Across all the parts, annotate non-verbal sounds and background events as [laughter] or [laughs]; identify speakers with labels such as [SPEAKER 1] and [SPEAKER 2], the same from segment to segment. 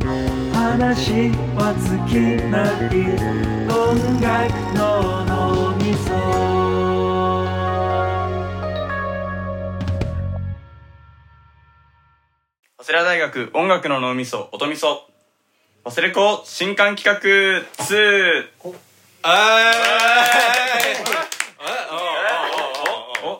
[SPEAKER 1] 話は尽きない音楽の脳みそ
[SPEAKER 2] 早稲田大学音楽の脳みそ音みそ忘れ子新刊企画2
[SPEAKER 3] あ
[SPEAKER 2] お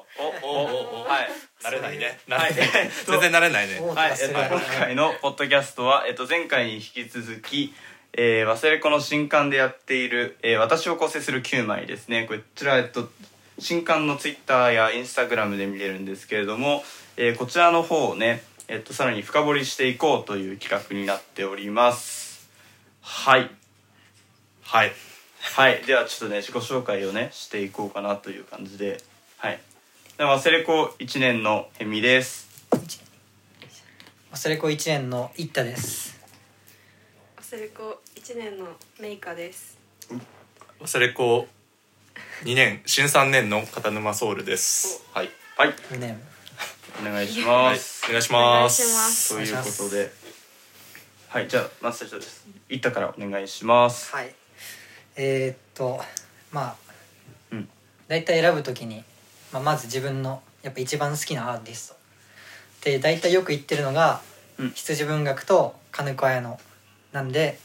[SPEAKER 2] おおおはい
[SPEAKER 3] 慣れないね。
[SPEAKER 2] はいえっと
[SPEAKER 3] 全然慣れないね。
[SPEAKER 2] はい、えっと、今回のポッドキャストは、えっと、前回に引き続き、えー、忘れ子の新刊でやっている、えー、私を構成する9枚ですね。こちら、えっと、新刊のツイッターやインスタグラムで見れるんですけれども、えー、こちらの方をね、えっと、さらに深掘りしていこうという企画になっております。はい。
[SPEAKER 3] はい。
[SPEAKER 2] はい、ではちょっとね自己紹介をねしていこうかなという感じではいで忘れ子1年のヘミです
[SPEAKER 4] 忘れ子一年の一太です。
[SPEAKER 5] 忘れ子一年のメイカです。
[SPEAKER 3] 忘れ子2年、新3年の片沼ソウルです。はい。
[SPEAKER 2] はい
[SPEAKER 4] ね、
[SPEAKER 2] お願いし
[SPEAKER 3] は
[SPEAKER 2] ま
[SPEAKER 3] い
[SPEAKER 2] す、。
[SPEAKER 3] お願いし
[SPEAKER 5] お願
[SPEAKER 3] ま
[SPEAKER 5] いします
[SPEAKER 3] す。
[SPEAKER 2] と
[SPEAKER 4] 願い
[SPEAKER 2] い
[SPEAKER 4] し
[SPEAKER 2] う
[SPEAKER 4] ま
[SPEAKER 2] こ
[SPEAKER 4] す
[SPEAKER 2] とではいじゃあマスター長ですいったからお願いします
[SPEAKER 4] はい。えーっと、まあ、
[SPEAKER 2] うん
[SPEAKER 4] だいたい選ぶときに、まあ、まず自分のやっぱ一番好きなアーティスト。で、だいたいよく言ってるのが、
[SPEAKER 2] うん
[SPEAKER 4] 羊文学と金子綾乃なんで、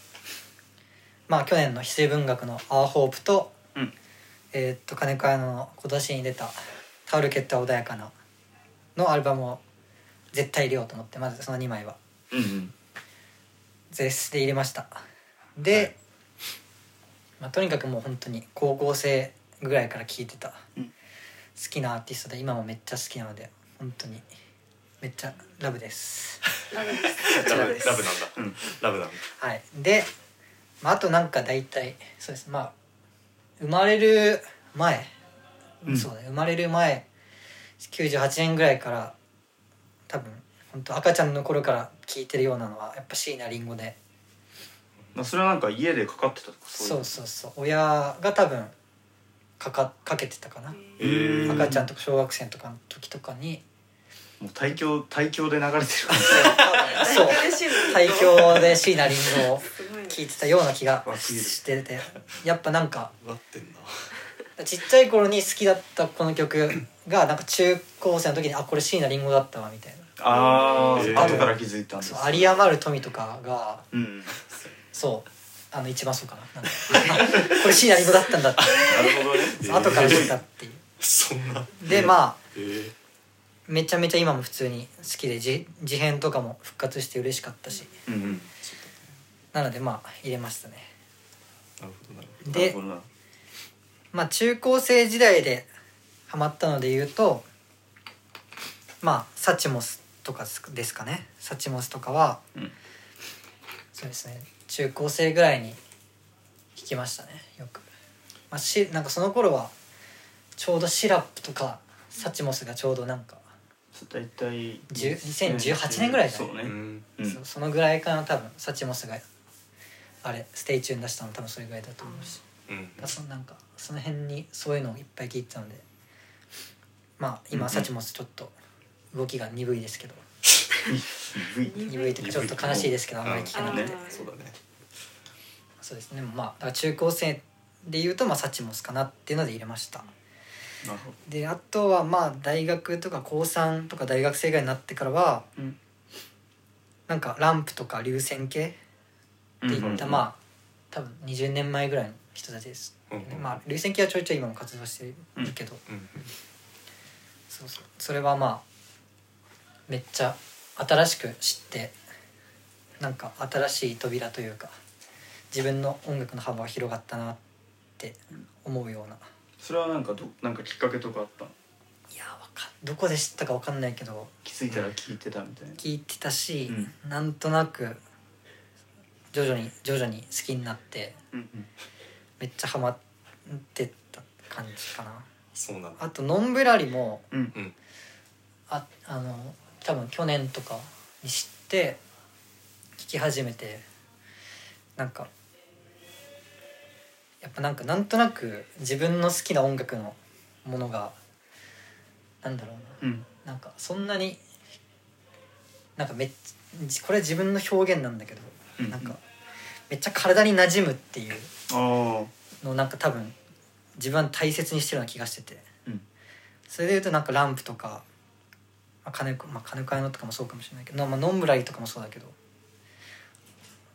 [SPEAKER 4] まあ去年の羊文学のアーホープと、
[SPEAKER 2] うん
[SPEAKER 4] えーっと金子綾乃の今年に出たタオルケットは穏やかなのアルバムを絶対入れようと思って、まずその2枚は。
[SPEAKER 2] うんうん
[SPEAKER 4] 絶世で入れましたで、まあ、とにかくもう本当に高校生ぐらいから聴いてた
[SPEAKER 2] うん
[SPEAKER 4] 好きなアーティストで今もめっちゃ好きなので本当にめっちゃラ
[SPEAKER 2] [laughs]
[SPEAKER 4] ブです
[SPEAKER 5] ラブで
[SPEAKER 3] ラ
[SPEAKER 5] す。
[SPEAKER 3] ブ、ラブ
[SPEAKER 5] です。
[SPEAKER 3] なんだ
[SPEAKER 2] うん。
[SPEAKER 3] ラブなんだ。
[SPEAKER 4] はいで、まあ、あとなんか大体そうですまあ生まれる前、
[SPEAKER 2] うん
[SPEAKER 4] そうね生まれる前98年ぐらいから多分本当赤ちゃんの頃から聴いてるようなのはやっぱ椎名林檎で
[SPEAKER 2] まあそれはなんか家でかかってたとか
[SPEAKER 4] そう
[SPEAKER 2] う
[SPEAKER 4] そうそう親が多分かかかけてたかな
[SPEAKER 3] えー
[SPEAKER 4] 赤ちゃんとか小学生とかの時とか [laughs] に
[SPEAKER 2] もう大教大教で流れて
[SPEAKER 4] [laughs]
[SPEAKER 2] る
[SPEAKER 4] そう
[SPEAKER 5] 嬉しいの
[SPEAKER 4] 最。強で椎名林檎を
[SPEAKER 5] すごいね。
[SPEAKER 4] 聞いてたような気が
[SPEAKER 2] わかる
[SPEAKER 4] しててやっぱなんか
[SPEAKER 3] なってんな。
[SPEAKER 4] ちっちゃい頃に好きだったこの曲がなんか中高生の時にあこれ椎名林檎だったわみたいな
[SPEAKER 2] ああ、
[SPEAKER 3] えー
[SPEAKER 2] 後から気づいたんです
[SPEAKER 4] そう有り余る富とかが
[SPEAKER 2] うん
[SPEAKER 4] そうあの一番そうかななんか [laughs] これ椎名林檎だったんだって
[SPEAKER 2] なるほどね [laughs]
[SPEAKER 4] そう後から知ったってい
[SPEAKER 3] そんな。
[SPEAKER 4] うでまあ
[SPEAKER 3] えー
[SPEAKER 4] めちゃめちゃ今も普通に好きでじ事変とかも復活して嬉しかったし
[SPEAKER 2] うんうん
[SPEAKER 4] なのでまあ入れましたね
[SPEAKER 3] なるほど、なるほ
[SPEAKER 2] なる
[SPEAKER 4] で
[SPEAKER 2] ほどな
[SPEAKER 4] まあ中高生時代でハマったので言うとまあサチモスとかですかねサチモスとかは
[SPEAKER 2] うん
[SPEAKER 4] そうですね中高生ぐらいに弾きましたねよく、まあ、しなんかその頃はちょうどシラップとかサチモスがちょうどなんか、
[SPEAKER 2] 大体
[SPEAKER 4] 10 2018年ぐらいだね
[SPEAKER 2] そう
[SPEAKER 3] ど。
[SPEAKER 2] ね
[SPEAKER 3] うん。
[SPEAKER 2] うん
[SPEAKER 4] そそのぐらいかな多分サチモスがあれステイチューン出したの多分それぐらいだと思うし
[SPEAKER 3] うん。
[SPEAKER 4] そのなんかその辺にそういうのをいっぱい聞いてたのでまあ今サチモスちょっと動きが鈍いですけど鈍いというかちょっと悲しいですけどあんまり聞けなく
[SPEAKER 5] うん
[SPEAKER 4] て
[SPEAKER 5] あ
[SPEAKER 3] そうだね。
[SPEAKER 4] そうですねまあだから中高生で言うとまあサチモスかなっていうので入れました
[SPEAKER 2] なるほど
[SPEAKER 4] であとはまあ大学とか高3とか大学生ぐらいになってからは
[SPEAKER 2] うん
[SPEAKER 4] なんかランプとか流線形っていったまあ多分20年前ぐらいの人たちです
[SPEAKER 3] うんうん
[SPEAKER 4] まあ流線形はちょいちょい今も活動してるけど、
[SPEAKER 3] うん。
[SPEAKER 4] そうそうそれはまあめっちゃ新しく知ってなんか新しい扉というか自分の音楽の幅が広がったなって思うような
[SPEAKER 2] それはなんかどなんかきっかけとかあったの
[SPEAKER 4] いやわかんどこで知ったかわかんないけど
[SPEAKER 2] 気づいたら聞いてたみたいな
[SPEAKER 4] 聞いてたし、
[SPEAKER 2] う
[SPEAKER 4] なんとなく徐々に徐々に好きになって
[SPEAKER 2] うんうん
[SPEAKER 4] めっちゃハマってった感じかな
[SPEAKER 3] そうなんだ。
[SPEAKER 4] あとノンブラリも
[SPEAKER 2] うん
[SPEAKER 3] うん。
[SPEAKER 4] ああの多分去年とかに知って聞き始めてなんかやっぱなんかなんとなく自分の好きな音楽のものがなんだろう
[SPEAKER 2] うん
[SPEAKER 4] ななんかそんなになんかめっちこれ自分の表現なんだけど、
[SPEAKER 2] うん
[SPEAKER 4] なんかめっちゃ体に馴染むっていう
[SPEAKER 2] ああ
[SPEAKER 4] のをなんか多分自分は大切にしてるような気がしてて
[SPEAKER 2] うん
[SPEAKER 4] それでいうとなんかランプとか、まあ、金子、まあ、金子屋のとかもそうかもしれないけど、まあ、ノンブラリとかもそうだけど、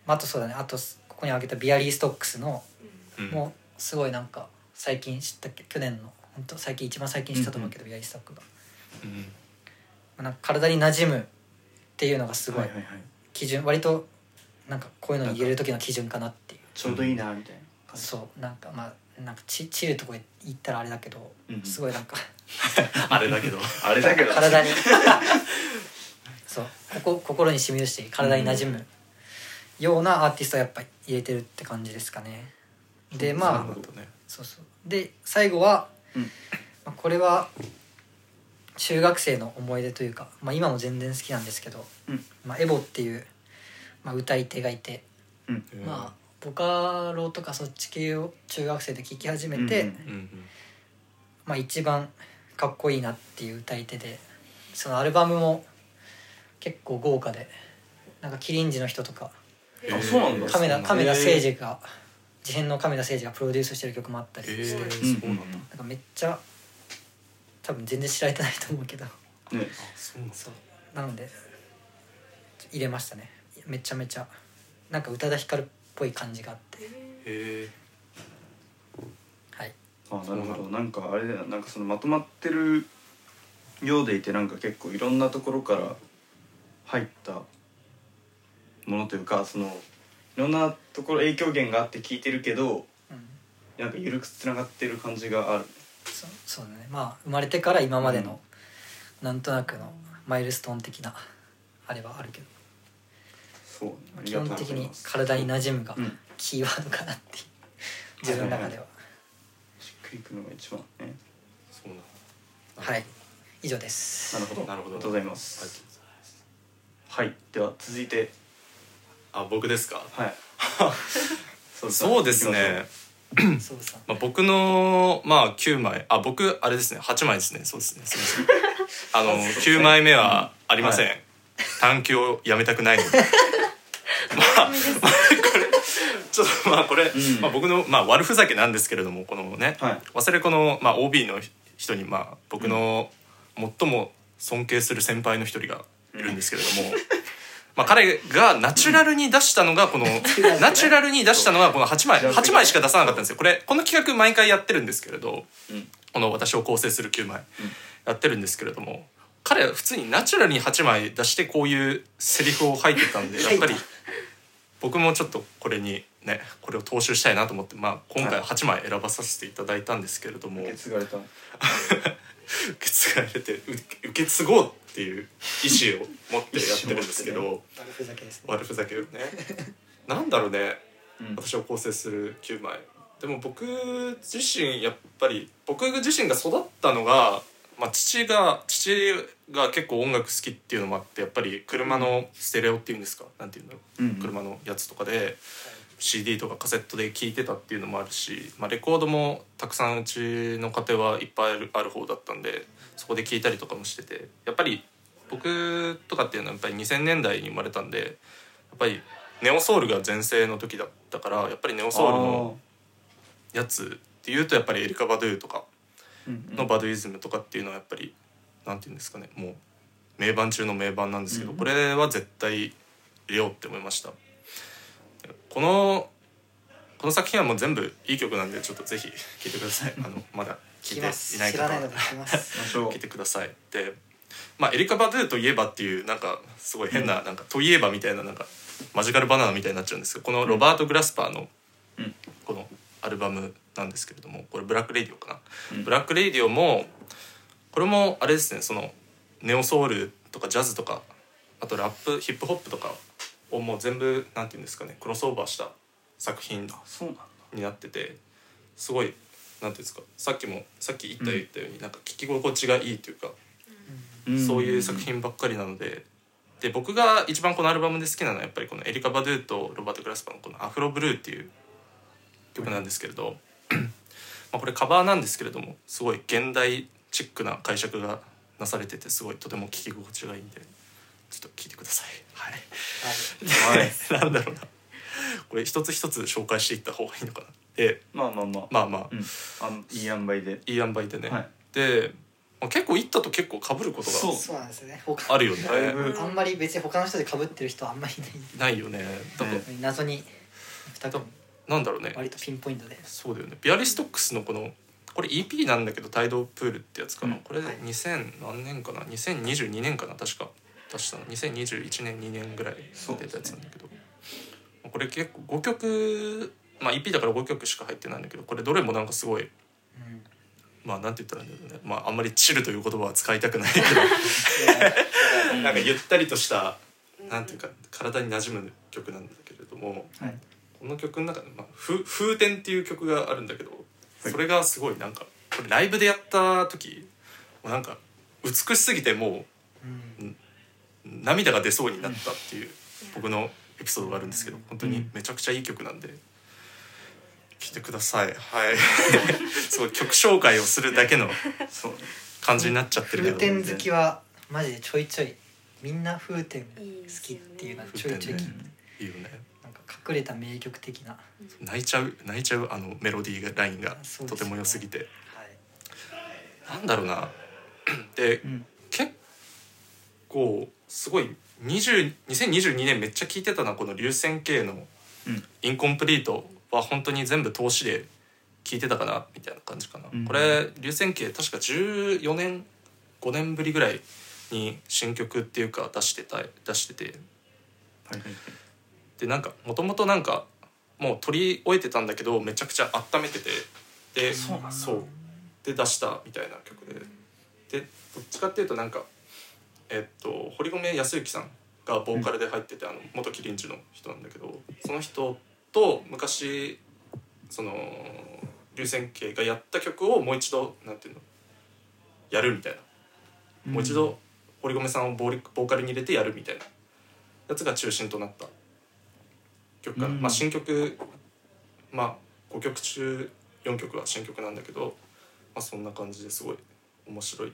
[SPEAKER 4] まあ、あとそうだねあとここに挙げたビアリーストックスの
[SPEAKER 3] うん
[SPEAKER 4] もうすごいなんか最近知ったっけ去年の本当最近一番最近知ったと思うけど、ビアリーストックが、ま
[SPEAKER 3] うん
[SPEAKER 4] あなんか体に馴染むっていうのがすご
[SPEAKER 2] はいいはいはい
[SPEAKER 4] 基準、割となんかこういうのに入れる時の基準かなっていう
[SPEAKER 2] ちょうどいいなみたいな感じ
[SPEAKER 4] そうなんかまあなんかち散るとこ行ったらあれだけど、
[SPEAKER 2] うん
[SPEAKER 4] すごいなんか
[SPEAKER 3] あれ
[SPEAKER 2] [laughs]
[SPEAKER 3] だけど
[SPEAKER 2] あれだけど
[SPEAKER 4] 体
[SPEAKER 2] [laughs]
[SPEAKER 4] にそうここ心に染み出して体に馴染むようなアーティストをやっぱ入れてるって感じですかね。でまあ
[SPEAKER 3] なるほどね
[SPEAKER 4] そうそうで最後は、
[SPEAKER 2] うん
[SPEAKER 4] まあ、これは中学生の思い出というか、まあ、今も全然好きなんですけど、
[SPEAKER 2] うん
[SPEAKER 4] まあ、エボっていう、まあ、歌い手がいて、まあボカロとかそっち系を中学生で聴き始めて、
[SPEAKER 2] うんうん
[SPEAKER 3] あうん
[SPEAKER 4] まあ、一番かっこいいなっていう歌い手でそのアルバムも結構豪華でなんかキリンジの人とか
[SPEAKER 2] あそうなんだ
[SPEAKER 4] 亀田
[SPEAKER 2] そう
[SPEAKER 4] 亀
[SPEAKER 2] な
[SPEAKER 4] 田
[SPEAKER 2] んだ
[SPEAKER 4] 誠治が自編の亀田誠治がプロデュースしてる曲もあったり
[SPEAKER 3] え
[SPEAKER 4] し
[SPEAKER 3] ー
[SPEAKER 4] て。
[SPEAKER 2] うん
[SPEAKER 3] そうなんだ
[SPEAKER 4] なんかめっちゃ多分全然知られてないと思うけど
[SPEAKER 2] ね
[SPEAKER 3] そうなんだ
[SPEAKER 4] なので入れましたねめちゃめちゃなんか宇多田ヒカルっぽい感じがあって
[SPEAKER 3] へ
[SPEAKER 4] はい
[SPEAKER 2] あなるほどなんかあれだよなんかそのまとまってるようでいてなんか結構いろんなところから入ったものというかそのいろんなところ影響源があって聞いてるけど
[SPEAKER 4] うん
[SPEAKER 2] なんか緩くつながってる感じがある
[SPEAKER 4] そそうだねまあ生まれてから今までの、なんとなくのマイルストーン的なあれはあるけど
[SPEAKER 2] そうねあり
[SPEAKER 4] 基
[SPEAKER 2] がとうご
[SPEAKER 4] 本
[SPEAKER 2] ざい
[SPEAKER 4] 的に
[SPEAKER 2] ます
[SPEAKER 4] 体に馴染むが
[SPEAKER 2] うん
[SPEAKER 4] キーワードかなっていう
[SPEAKER 2] [laughs]
[SPEAKER 4] 自分の中では
[SPEAKER 2] しっくりくるのが一番ね
[SPEAKER 3] ーそうなんだ
[SPEAKER 4] はい以上です
[SPEAKER 2] なるほど
[SPEAKER 3] なるほど
[SPEAKER 2] ありがとうございま
[SPEAKER 3] ありがとう
[SPEAKER 2] す
[SPEAKER 3] ございます
[SPEAKER 2] はいでは続いて
[SPEAKER 3] あ僕ですか
[SPEAKER 2] はいそ
[SPEAKER 3] そうですね
[SPEAKER 4] そうさん
[SPEAKER 3] まあ、僕のまあ9枚あ僕あれですね8枚ですねそうですねすみま
[SPEAKER 2] [laughs]
[SPEAKER 3] せんあの9枚目はありません、
[SPEAKER 2] は
[SPEAKER 3] 探求をやめたくない
[SPEAKER 2] [laughs]
[SPEAKER 3] のでまあ、まあこれちょっとまあこれ、
[SPEAKER 2] ん
[SPEAKER 3] まあ、僕の、まあ、悪ふざけなんですけれどもこのね、
[SPEAKER 2] はい
[SPEAKER 3] 忘れ子の、まあ、OB の人に、まあ、僕の最も尊敬する先輩の一人がいるんですけれども、まあ、彼がナチュラルに出したのがこの、ナチュラルに出したのがこの8枚8枚しか出さなかったんですよこれこの企画毎回やってるんですけれど、
[SPEAKER 2] うん
[SPEAKER 3] この私を構成する9枚やってるんですけれども彼は普通にナチュラルに8枚出してこういうセリフを吐いてたんでやっぱり
[SPEAKER 4] 吐いた
[SPEAKER 3] 僕もちょっとこれにねこれを踏襲したいなと思って、まあ、今
[SPEAKER 2] はい
[SPEAKER 3] 回8枚選ばさせていただいたんですけれども、
[SPEAKER 2] 受け継がれた
[SPEAKER 3] 受け継がれて受け受け継ごうっていう意思を持ってやってるんですけ
[SPEAKER 2] 意思
[SPEAKER 3] ど
[SPEAKER 4] 悪ふざけですね
[SPEAKER 3] 悪ふざけをねなんだろうね
[SPEAKER 2] うん
[SPEAKER 3] 私を構成する9枚でも僕自身やっぱり僕自身が育ったのが、まあ、父が父が結構音楽好きっていうのもあってやっぱり車のステレオっていうんですかなんていうんだろう、
[SPEAKER 2] うんうん
[SPEAKER 3] 車のやつとかで CD とかカセットで聴いてたっていうのもあるし、まあ、レコードもたくさんうちの家庭はいっぱいあるある方だったんでそこで聴いたりとかもしててやっぱり僕とかっていうのはやっぱり2000年代に生まれたんでやっぱりネオソウルが全盛の時だったからやっぱりネオソウルのやつっていうとやっぱりエリカ・バドゥとか
[SPEAKER 2] あーうんうん
[SPEAKER 3] のバドゥイズムとかっていうのはやっぱりなんていうんですかねもう名盤中の名盤なんですけど、
[SPEAKER 2] うん
[SPEAKER 3] これは絶対入れようって思いましたこのこの作品はもう全部いい曲なんでちょっとぜひ聴いてくださいあのまだ聴
[SPEAKER 4] 聞き
[SPEAKER 3] い
[SPEAKER 4] ま
[SPEAKER 3] て
[SPEAKER 4] す
[SPEAKER 3] いない
[SPEAKER 4] 知ら
[SPEAKER 3] 方
[SPEAKER 4] ない
[SPEAKER 3] は
[SPEAKER 4] ので聞きます
[SPEAKER 2] 場所
[SPEAKER 3] 聴いてくださいでまあエリカ・バドゥといえばっていうなんかすごい変な,、なんかといえばみたいななんかマジカルバナナみたいになっちゃうんですけどこのロバート・グラスパーの
[SPEAKER 2] うん
[SPEAKER 3] このアルバムなんですけれどもこれ「ブラック・レディオ」かな、
[SPEAKER 2] うん
[SPEAKER 3] ブラック・レディオもこれもあれですねそのネオソウルとかジャズとかあとラップヒップホップとかをもう全部なんていうんですかねクロスオーバーした作品
[SPEAKER 2] そうなんだ
[SPEAKER 3] になっててすごいなんていうんですかさっきもさっき言った言ったように、なんか聞き心地がいいというかそういう作品ばっかりなので。で僕が一番このアルバムで好きなのはやっぱりこのエリカ・バドゥとロバート・グラスパーのこの「アフロブルー」っていう曲なんですけれど、まあこれカバーなんですけれどもすごい現代チックな解釈がなされててすごいとても聴き心地がいいんでちょっと聞いてくださいはい
[SPEAKER 2] [laughs] はい
[SPEAKER 3] で [laughs] なんだろうなこれ一つ一つ紹介していった方がいいのかなで
[SPEAKER 2] まあまあまあ、
[SPEAKER 3] まあまあ、
[SPEAKER 2] うん、あんいい塩梅で
[SPEAKER 3] いい塩梅でね、
[SPEAKER 2] はい
[SPEAKER 3] で、まあ、結構行ったと結構被ること
[SPEAKER 2] そ
[SPEAKER 3] が
[SPEAKER 4] そうなんですね他
[SPEAKER 3] あるよね
[SPEAKER 2] だいぶ
[SPEAKER 4] あんまり別に他の人で被ってる人はあんまりいな
[SPEAKER 3] な
[SPEAKER 4] い
[SPEAKER 3] いよねだから、
[SPEAKER 2] うん
[SPEAKER 4] 謎に2組
[SPEAKER 3] なんだろうね
[SPEAKER 4] 割とピンポイントで
[SPEAKER 3] そうだよねビアリストックスのこのこれ EP なんだけど「帯同プール」ってやつかな、
[SPEAKER 2] うん
[SPEAKER 3] これ
[SPEAKER 4] はい
[SPEAKER 3] 2000何年かな2022年かな確か出したの2021年2年ぐらい
[SPEAKER 2] そう
[SPEAKER 3] 出たやつなんだけど、これ結構5曲まあ EP だから5曲しか入ってないんだけどこれどれもなんかすごい
[SPEAKER 4] うん
[SPEAKER 3] まあなんて言ったらいいんだろうねまああんまり「チル」という言葉は使いたくないけど [laughs] なんかゆったりとしたなんていうか体に馴染む曲なんだけれども。
[SPEAKER 2] はい
[SPEAKER 3] この曲の中で「まあ、ふ風天」っていう曲があるんだけどそれがすごいなんかこれライブでやった時もうなんか美しすぎても
[SPEAKER 4] うん
[SPEAKER 3] う涙が出そうになったっていう僕のエピソードがあるんですけど本当にめちゃくちゃいい曲なんで聴いてください [laughs] はいすごい曲紹介をするだけの
[SPEAKER 2] そう
[SPEAKER 3] 感じになっちゃってるけ
[SPEAKER 4] 風
[SPEAKER 3] ど
[SPEAKER 4] 天好きはマジでちょいちょいみんな風天好きっていうのはちょいちょい聞いて
[SPEAKER 3] ねいいよね
[SPEAKER 4] なんか隠れた名曲的な、は
[SPEAKER 3] 泣いちゃう泣いちゃうあのメロディーがラインが
[SPEAKER 4] そう
[SPEAKER 3] と
[SPEAKER 4] で
[SPEAKER 3] て
[SPEAKER 4] すね
[SPEAKER 3] も良すぎて
[SPEAKER 4] い、
[SPEAKER 3] なんだろうな [clears throat] で
[SPEAKER 2] うん
[SPEAKER 3] 結構すごい20 2022年めっちゃ聴いてたなこの流線形の
[SPEAKER 2] うん
[SPEAKER 3] 「インコンプリート」は本当に全部通しで聴いてたかなみたいな感じかな、
[SPEAKER 2] うん
[SPEAKER 3] これ流線形確か14年5年ぶりぐらいに新曲っていうか出してた出してて
[SPEAKER 2] はいはい
[SPEAKER 3] でなんかもともとなんかもう取り終えてたんだけどめちゃくちゃ温めててで
[SPEAKER 2] そうなんだ
[SPEAKER 3] そうで出したみたいな曲ででどっちかっていうとなんかえっと堀米康之さんがボーカルで入ってて、あの元キリンジの人なんだけどその人と昔その流線形がやった曲をもう一度なんていうのやるみたいなもう一度堀米さんをボーリボーカルに入れてやるみたいなやつが中心となった曲かな、
[SPEAKER 2] うん
[SPEAKER 3] まあ、新曲、まあ、5曲中4曲は新曲なんだけど、まあ、そんな感じですごい面白いっ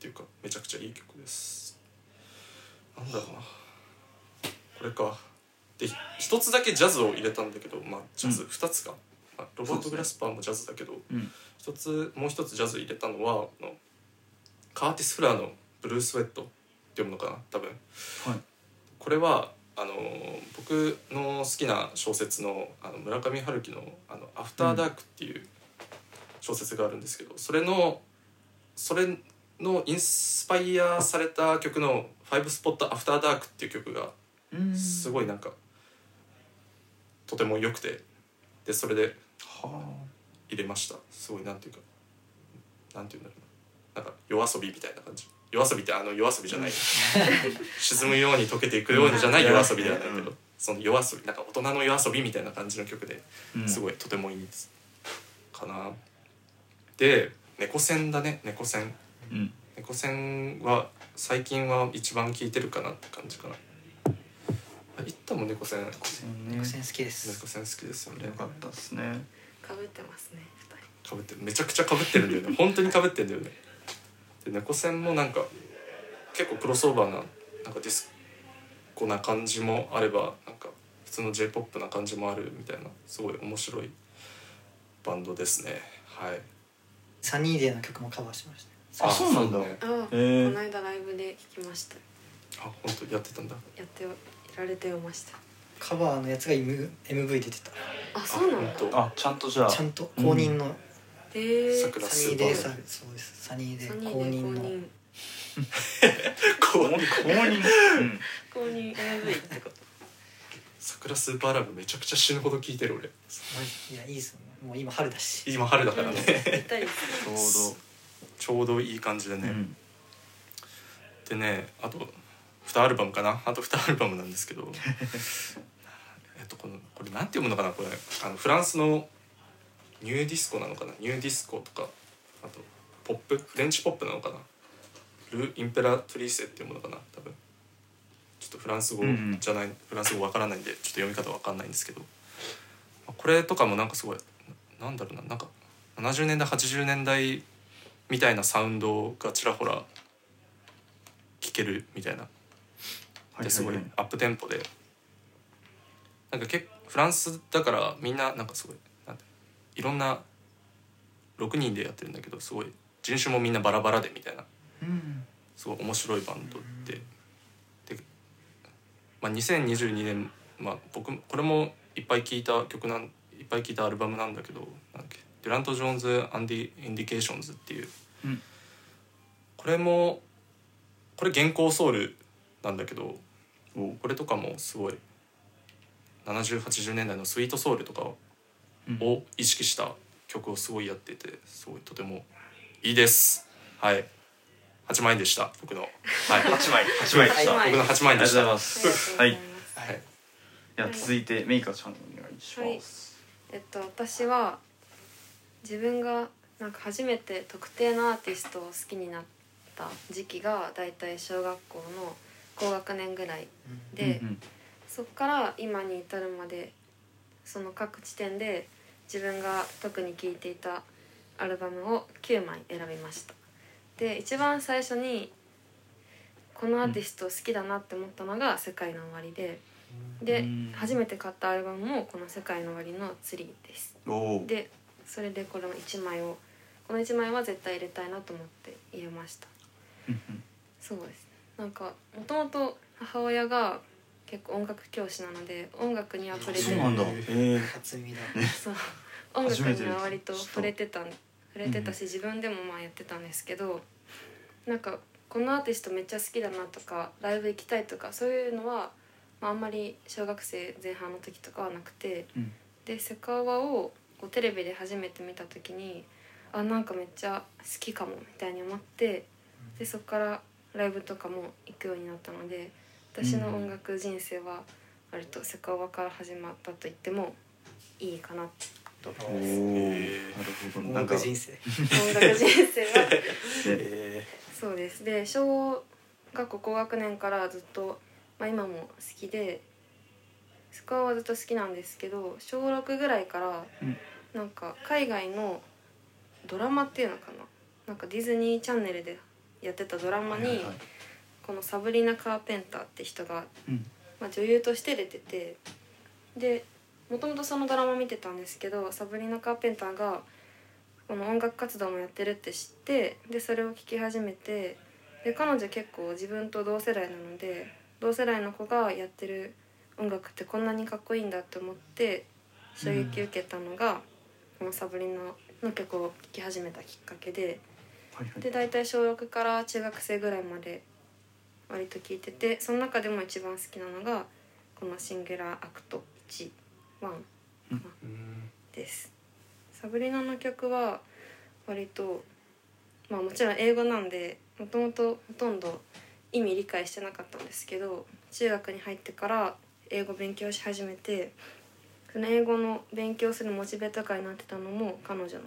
[SPEAKER 3] ていうかめちゃくちゃいい曲ですなんだろうなこれかで一つだけジャズを入れたんだけどまあジャズ
[SPEAKER 2] うん
[SPEAKER 3] 2つか、まあ、ロバート・グラスパーもジャズだけど、
[SPEAKER 2] うん
[SPEAKER 3] 一つもう一つジャズ入れたのはあのカーティス・フラーの「ブルースウェット」って読むのかな多分
[SPEAKER 2] はい
[SPEAKER 3] これはあの僕の好きな小説のあの村上春樹の「あのアフターダーク」っていう小説があるんですけど、それのそれのインスパイアされた曲の「ファイブスポットアフターダーク」っていう曲が
[SPEAKER 2] うん
[SPEAKER 3] すごいなんかとても良くてでそれで
[SPEAKER 2] は
[SPEAKER 3] 入れましたすごいなんていうかなんていうんだろうななんか夜遊びみたいな感じ夜遊びってあの夜遊びじゃない沈むように溶けていくようにじゃない夜遊びではないけど、
[SPEAKER 2] うん
[SPEAKER 3] その夜遊びなんか大人の夜遊びみたいな感じの曲で
[SPEAKER 2] あ
[SPEAKER 3] す
[SPEAKER 2] い
[SPEAKER 3] ごいとてもいいです、かなで猫戦だね猫戦
[SPEAKER 2] うん
[SPEAKER 3] 猫戦は最近は一番聴いてるかなって感じかなあ行ったもん猫戦猫
[SPEAKER 2] ね
[SPEAKER 4] 曲線好きです
[SPEAKER 3] 戦好きですよね
[SPEAKER 2] よかったですね
[SPEAKER 5] かぶってますね二人
[SPEAKER 3] 被ってるめちゃくちゃ被ってるん
[SPEAKER 2] [laughs]
[SPEAKER 3] だよね本当に被ってるんだよねで猫戦もなんか結構クロスオーバーななんかディスコな感じもあればなんか普通の j p o p な感じもあるみたいなすごい面白いバンドですねはい
[SPEAKER 4] サニーデーの曲もカバーしました
[SPEAKER 2] あそうなんだ
[SPEAKER 3] ね
[SPEAKER 5] あ、
[SPEAKER 2] へえ
[SPEAKER 5] この間ライブで聞きました
[SPEAKER 3] あ本当やってたんだ
[SPEAKER 5] やっていられてました
[SPEAKER 4] カバーのやつが M MV 出てた
[SPEAKER 5] あそうなんだ
[SPEAKER 3] あ本
[SPEAKER 2] あちゃんとじゃあ
[SPEAKER 4] ちゃんと公認の
[SPEAKER 5] えー、
[SPEAKER 3] 桜
[SPEAKER 4] サニーデーさん、そうですサニーデ
[SPEAKER 5] ソ
[SPEAKER 4] ー
[SPEAKER 5] ニ
[SPEAKER 4] 公
[SPEAKER 5] ーで
[SPEAKER 4] 認
[SPEAKER 5] 公
[SPEAKER 4] の
[SPEAKER 5] 認
[SPEAKER 2] 公認公認うん
[SPEAKER 5] 公認 MV ってこと
[SPEAKER 3] 桜スーパーラブめちゃくちゃ死ぬほど聴いてる俺
[SPEAKER 4] いやいいですよねもう今春だし
[SPEAKER 3] 今春だからね
[SPEAKER 5] ぴったりですね
[SPEAKER 2] ちょう
[SPEAKER 3] [laughs] ちょうどいい感じで
[SPEAKER 2] ど
[SPEAKER 3] ね、
[SPEAKER 2] うん
[SPEAKER 3] でねあと2アルバムかなあと2アルバムなんですけど [laughs] えっとこのこれなんて読むのかなこれあのフランスのニューディスコなのかなニューディスコとかあとポップフレンチポップなのかなル・インペラトリーセって読むのかな多分ちょっとフランス語じゃない、フランス語わからないんでちょっと読み方わかんないんですけどまあこれとかもなんかすごいななんだろうななんか70年代80年代みたいなサウンドがちらほら聴けるみたいな
[SPEAKER 2] はい
[SPEAKER 3] ですごい
[SPEAKER 2] はいはい
[SPEAKER 3] アップテンポでなんか結構フランスだからみんななんかすごいなんていろんな6人でやってるんだけどすごい人種もみんなバラバラでみたいな
[SPEAKER 2] うん
[SPEAKER 3] すごい面白いバンドでで、まあ、2022年、まあ、僕もこれもいっぱい聴いた曲なんいっぱい聴いたアルバムなんだけどなんだっけデュラント・ジョーンズ・アンディ・インディケーションズっていう、
[SPEAKER 2] うん
[SPEAKER 3] これもこれ現行ソウルなんだけど
[SPEAKER 2] お
[SPEAKER 3] これとかもすごい7080年代のスイートソウルとかを
[SPEAKER 2] うん
[SPEAKER 3] を意識した曲をすごいやっててすごいとてもいいですはい8枚でした僕
[SPEAKER 2] [laughs]
[SPEAKER 3] のはい
[SPEAKER 2] 8枚8枚でした、あ
[SPEAKER 5] はい
[SPEAKER 2] り
[SPEAKER 3] 僕の8枚
[SPEAKER 2] がと
[SPEAKER 3] で
[SPEAKER 2] うご
[SPEAKER 3] し
[SPEAKER 2] ざ
[SPEAKER 3] た
[SPEAKER 2] いま
[SPEAKER 5] あ
[SPEAKER 2] すはい
[SPEAKER 5] りがとうござい
[SPEAKER 2] で
[SPEAKER 5] ます
[SPEAKER 3] はい
[SPEAKER 2] は続いてメイカちゃんお願いします、
[SPEAKER 5] えっと私は自分がなんか初めて特定のアーティストを好きになった時期がだいたい小学校の高学年ぐらいで、
[SPEAKER 2] うん
[SPEAKER 5] そこから今に至るまでその各地点で自分が特に聴いていたアルバムを9枚選びましたで一番最初にこのアーティスト好きだなって思ったのが「世界の終わりで」で
[SPEAKER 2] うん
[SPEAKER 5] 初めて買ったアルバムもこの「世界の終わり」の「ツリー」です
[SPEAKER 2] うん、おお
[SPEAKER 5] でそれでこの1枚をこの1枚は絶対入れたいなと思って入れました
[SPEAKER 2] うん
[SPEAKER 5] そうですねなんかもともと母親が結構音楽教師なので音楽には触れて
[SPEAKER 2] そうなんだえ
[SPEAKER 4] 初耳だ
[SPEAKER 5] [laughs] そう音楽
[SPEAKER 2] [laughs] 初めて
[SPEAKER 5] に
[SPEAKER 2] です
[SPEAKER 5] は割と触れてた触れてたし自分でもまあやってたんですけどなんかこのアーティストめっちゃ好きだなとかライブ行きたいとかそういうのは、まあ、あんまり小学生前半の時とかはなくて
[SPEAKER 2] うん
[SPEAKER 5] で「セカオワ」をこうテレビで初めて見た時にあなんかめっちゃ好きかもみたいに思ってでそこからライブとかも行くようになったので私の音楽人生は割と「セカオワ」から始まったと言ってもいいかなと
[SPEAKER 2] お
[SPEAKER 5] 思います。
[SPEAKER 2] ーなるほど
[SPEAKER 4] 音
[SPEAKER 2] なんか
[SPEAKER 4] 楽人生
[SPEAKER 5] 音楽人生は
[SPEAKER 2] で
[SPEAKER 5] そうですで小学校高学年からずっと、まあ、今も好きでスカオはずっと好きなんですけど小6ぐらいから
[SPEAKER 2] うん
[SPEAKER 5] なんか海外のドラマっていうのかななんかディズニーチャンネルでやってたドラマ
[SPEAKER 2] はい
[SPEAKER 5] に
[SPEAKER 2] はいはい
[SPEAKER 5] このサブリナ・カーペンターって人が
[SPEAKER 2] うん
[SPEAKER 5] まあ、女優として出ててでもともとそのドラマ見てたんですけどサブリナ・カーペンターがこの音楽活動もやってるって知ってでそれを聞き始めてで彼女結構自分と同世代なので同世代の子がやってる音楽ってこんなにかっこいいんだって思って衝撃受けたのが、このサブリナの曲を聴き始めたきっかけで。
[SPEAKER 2] はいはい
[SPEAKER 5] で大体小6から中学生ぐらいまで割と聞いててその中でも一番好きなのがこの「シングラーアクト1」1です。サブリナの曲は割とまあもちろん英語なんでもともとほとんど意味理解してなかったんですけど中学に入ってから英語勉強し始めてその英語の勉強するモチベとかになってたのも彼女の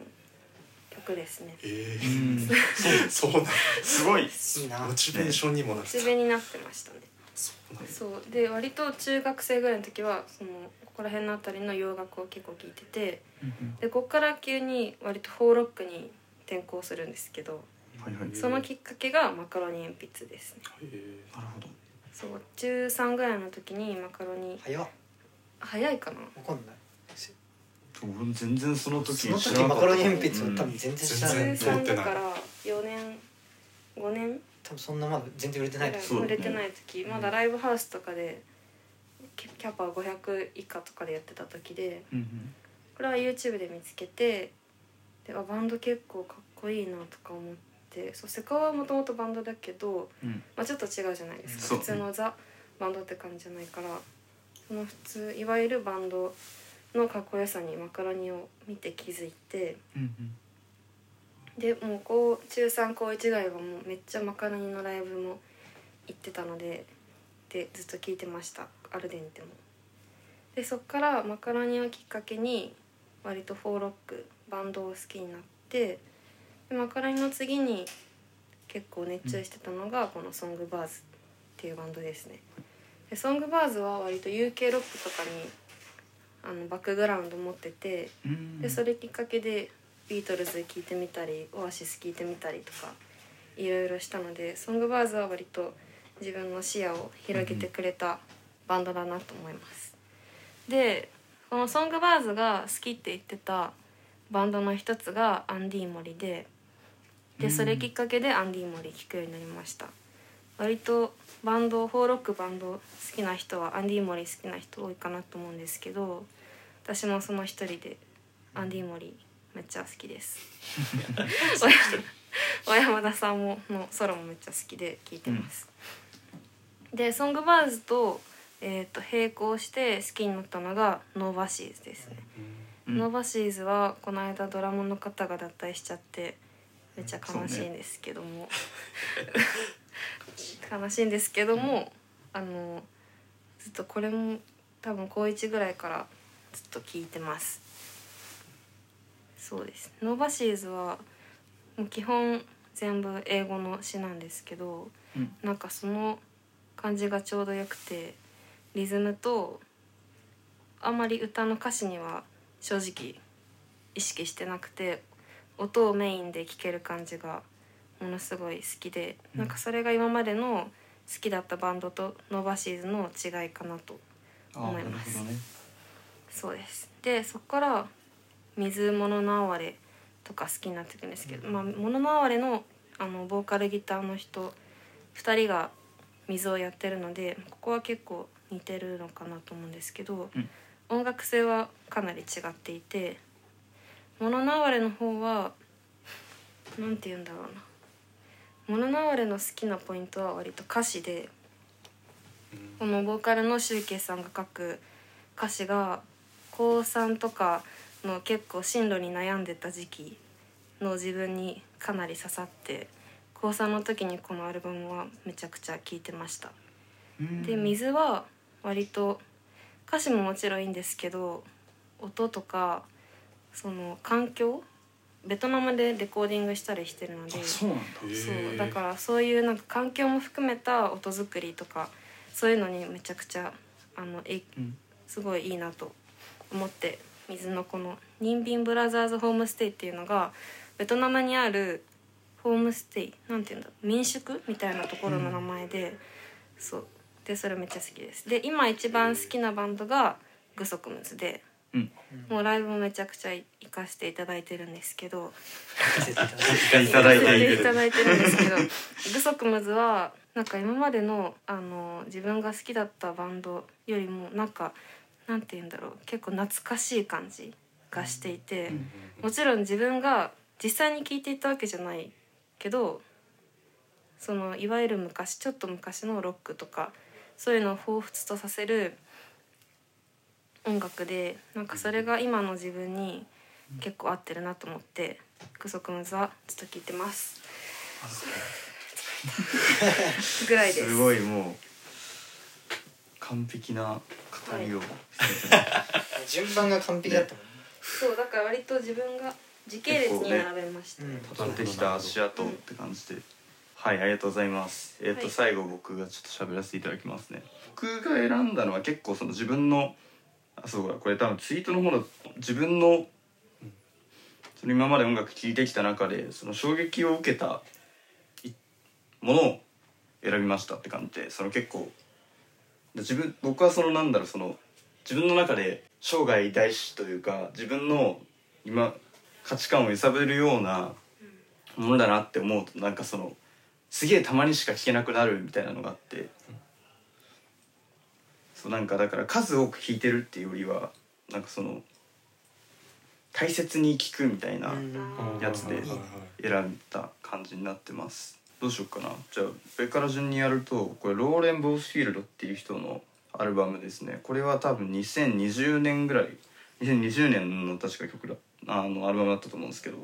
[SPEAKER 5] 曲ですね。
[SPEAKER 3] え
[SPEAKER 2] う
[SPEAKER 3] ー
[SPEAKER 2] ん
[SPEAKER 3] そうそうなん
[SPEAKER 2] すごい
[SPEAKER 4] いいな
[SPEAKER 3] モチベーションにもなっ
[SPEAKER 5] モ
[SPEAKER 3] て
[SPEAKER 5] チ
[SPEAKER 3] た
[SPEAKER 5] ベになってましたね。
[SPEAKER 3] そうなんだ
[SPEAKER 5] そうで割と中学生ぐらいの時はそのここら辺のあたりの洋楽を結構聴いてて
[SPEAKER 2] うん
[SPEAKER 5] でこっから急に割とフォーロックに転向するんですけど
[SPEAKER 2] うんはいはい
[SPEAKER 3] へー
[SPEAKER 5] そのきっかけがマカロニ鉛筆ですね
[SPEAKER 3] えー
[SPEAKER 2] なるほど
[SPEAKER 5] そう中3ぐらいの時にマカロニ
[SPEAKER 4] 早っ
[SPEAKER 5] 早いかな
[SPEAKER 4] わかんない
[SPEAKER 2] 俺全然その時
[SPEAKER 4] その
[SPEAKER 2] 知
[SPEAKER 4] 時
[SPEAKER 2] らなか
[SPEAKER 4] マ
[SPEAKER 2] った
[SPEAKER 4] カロニ鉛筆は多分全然知らない、
[SPEAKER 3] 全然
[SPEAKER 5] 中3だから4年5年
[SPEAKER 4] 多分そんなまだ全然売れてない
[SPEAKER 5] ぐ
[SPEAKER 4] と
[SPEAKER 5] らい
[SPEAKER 4] 思う
[SPEAKER 5] 売れてない時まだライブハウスとかでキャキャパ500以下とかでやってた時で。
[SPEAKER 2] うんうん
[SPEAKER 5] これは YouTube で見つけてであバンド結構かっこいいなとか思ってそうセカオワはもともとバンドだけど、
[SPEAKER 2] うん
[SPEAKER 5] まあ、ちょっと違うじゃないで
[SPEAKER 2] そ
[SPEAKER 5] すか
[SPEAKER 2] う
[SPEAKER 5] 普通のザバンドって感じじゃないからその普通いわゆるバンドのかっこよさにマカロニを見て気づいて
[SPEAKER 2] うんうん
[SPEAKER 5] でもうこう中3高1以外はもうめっちゃマカロニのライブも行ってたのででずっと聴いてましたアルデンテも。でそっからマカロニをきっかけに割とフォーロックバンドを好きになってでマカロニの次に結構熱中してたのがこの「ソングバーズ」っていうバンドですね。でソングバーズは割と UK ロックとかにあのバックグラウンド持ってて
[SPEAKER 2] うん
[SPEAKER 5] でそれきっかけでビートルズ聴いてみたりオアシス聴いてみたりとかいろいろしたのでソングバーズは割と自分の視野を広げてくれたバンドだなと思います。でこの「ソングバーズ」が好きって言ってたバンドの一つがアンディ・モリででそれきっかけでアンディ・モリ聴くようになりました。割とバンドホーロックバンド好きな人はアンディ・モリ好きな人多いかなと思うんですけど私もその一人でアンディ・モリめっちゃ好きです [laughs] 小山田さんものソロもめっちゃ好きで聴いてます、で「ソングバーズと」えーと並行して好きになったのが「ノーバシーズ」ですね、
[SPEAKER 2] うん
[SPEAKER 5] ノーバシーズはこの間ドラムの方が脱退しちゃってめっちゃ悲しいんですけ
[SPEAKER 2] [laughs]
[SPEAKER 5] ども、悲しいんですけども、あのずっとこれも多分高一ぐらいからずっと聞いてますそうですノーバシーズはもう基本全部英語の詩なんですけど
[SPEAKER 2] うん
[SPEAKER 5] なんかその感じがちょうどよくてリズムとあまり歌の歌詞には正直意識してなくて音をメインで聴ける感じがものすごい好きで、
[SPEAKER 2] うん
[SPEAKER 5] なんかそれが今までの好きだったバンドとノーバシーズの違いかなと
[SPEAKER 2] あー
[SPEAKER 5] 思います
[SPEAKER 2] なるほどね
[SPEAKER 5] そうですでそこから「水物の哀れ」とか好きになってくるんですけど「まあ、物の哀れの」あのボーカルギターの人2人が水をやってるのでここは結構似てるのかなと思うんですけど、
[SPEAKER 2] うん
[SPEAKER 5] 音楽性はかなり違っていて「物の哀れ」の方はなんて言うんだろうな「物の哀れ」の好きなポイントは割と歌詞でこのボーカルのシュウケイさんが書く歌詞が高3とかの結構進路に悩んでた時期の自分にかなり刺さって高3の時にこのアルバムはめちゃくちゃ聴いてました。
[SPEAKER 2] うん
[SPEAKER 5] で水は割と歌詞ももちろんいいんですけど音とかその環境ベトナムでレコーディングしたりしてるので。
[SPEAKER 2] あそうなんだ
[SPEAKER 5] そうだからそういうなんか環境も含めた音作りとかそういうのにめちゃくちゃあのえ
[SPEAKER 2] うん
[SPEAKER 5] すごいいいなと思って水のこの「ニンビンブラザーズホームステイ」っていうのがベトナムにあるホームステイなんていうんだ民宿みたいなところの名前で、そうでそれめっちゃ好きですで今一番好きなバンドがグソクムズで
[SPEAKER 2] うん
[SPEAKER 5] もうライブもめちゃくちゃ行かせていただいてるんですけど、
[SPEAKER 4] 聞かせていただ
[SPEAKER 2] [laughs]
[SPEAKER 4] きま
[SPEAKER 2] いただ
[SPEAKER 4] す
[SPEAKER 2] いてい
[SPEAKER 5] い
[SPEAKER 2] る
[SPEAKER 5] ただいてるんですけどグソクムズはなんか今までのあの自分が好きだったバンドよりもなんかなんて言うんだろう結構懐かしい感じがしていて、もちろん自分が実際に聴いていたわけじゃないけどそのいわゆる昔ちょっと昔のロックとかそういうのを彷彿とさせる音楽でなんかそれが今の自分に結構合ってるなと思って「クソクムズ」はずっと聴いてます。ぐらいです。
[SPEAKER 2] すごいもう完璧な語りを
[SPEAKER 4] 順番が完璧だったもんね
[SPEAKER 5] そうだから割と自分が時系列に並べました。
[SPEAKER 4] うん
[SPEAKER 2] 語ってきた足跡って感じで、はいありがとうございますえっ、と、
[SPEAKER 5] はい
[SPEAKER 2] 最後僕がちょっと喋らせていただきますね僕が選んだのは結構その自分のあそうだこれ多分ツイートの方だ自分のその今まで音楽聴いてきた中でその衝撃を受けたいものを選びましたって感じでその結構自分僕はそのなんだろうその自分の中で生涯大師というか自分の今価値観を揺さぶるようなものだなって思うとなんかそのすげえたまにしか聴けなくなるみたいなのがあって、そうなんかだから数多く弾いてるっていうよりはなんかその大切に聴くみたいな
[SPEAKER 4] うん
[SPEAKER 2] やつで
[SPEAKER 4] いいね
[SPEAKER 2] 選んだ感じになってますどうしようかなじゃあ上から順にやるとこれローレン・ボースフィールドっていう人のアルバムですねこれは多分2020年ぐらい2020年の確か曲だあのアルバムだったと思うんですけど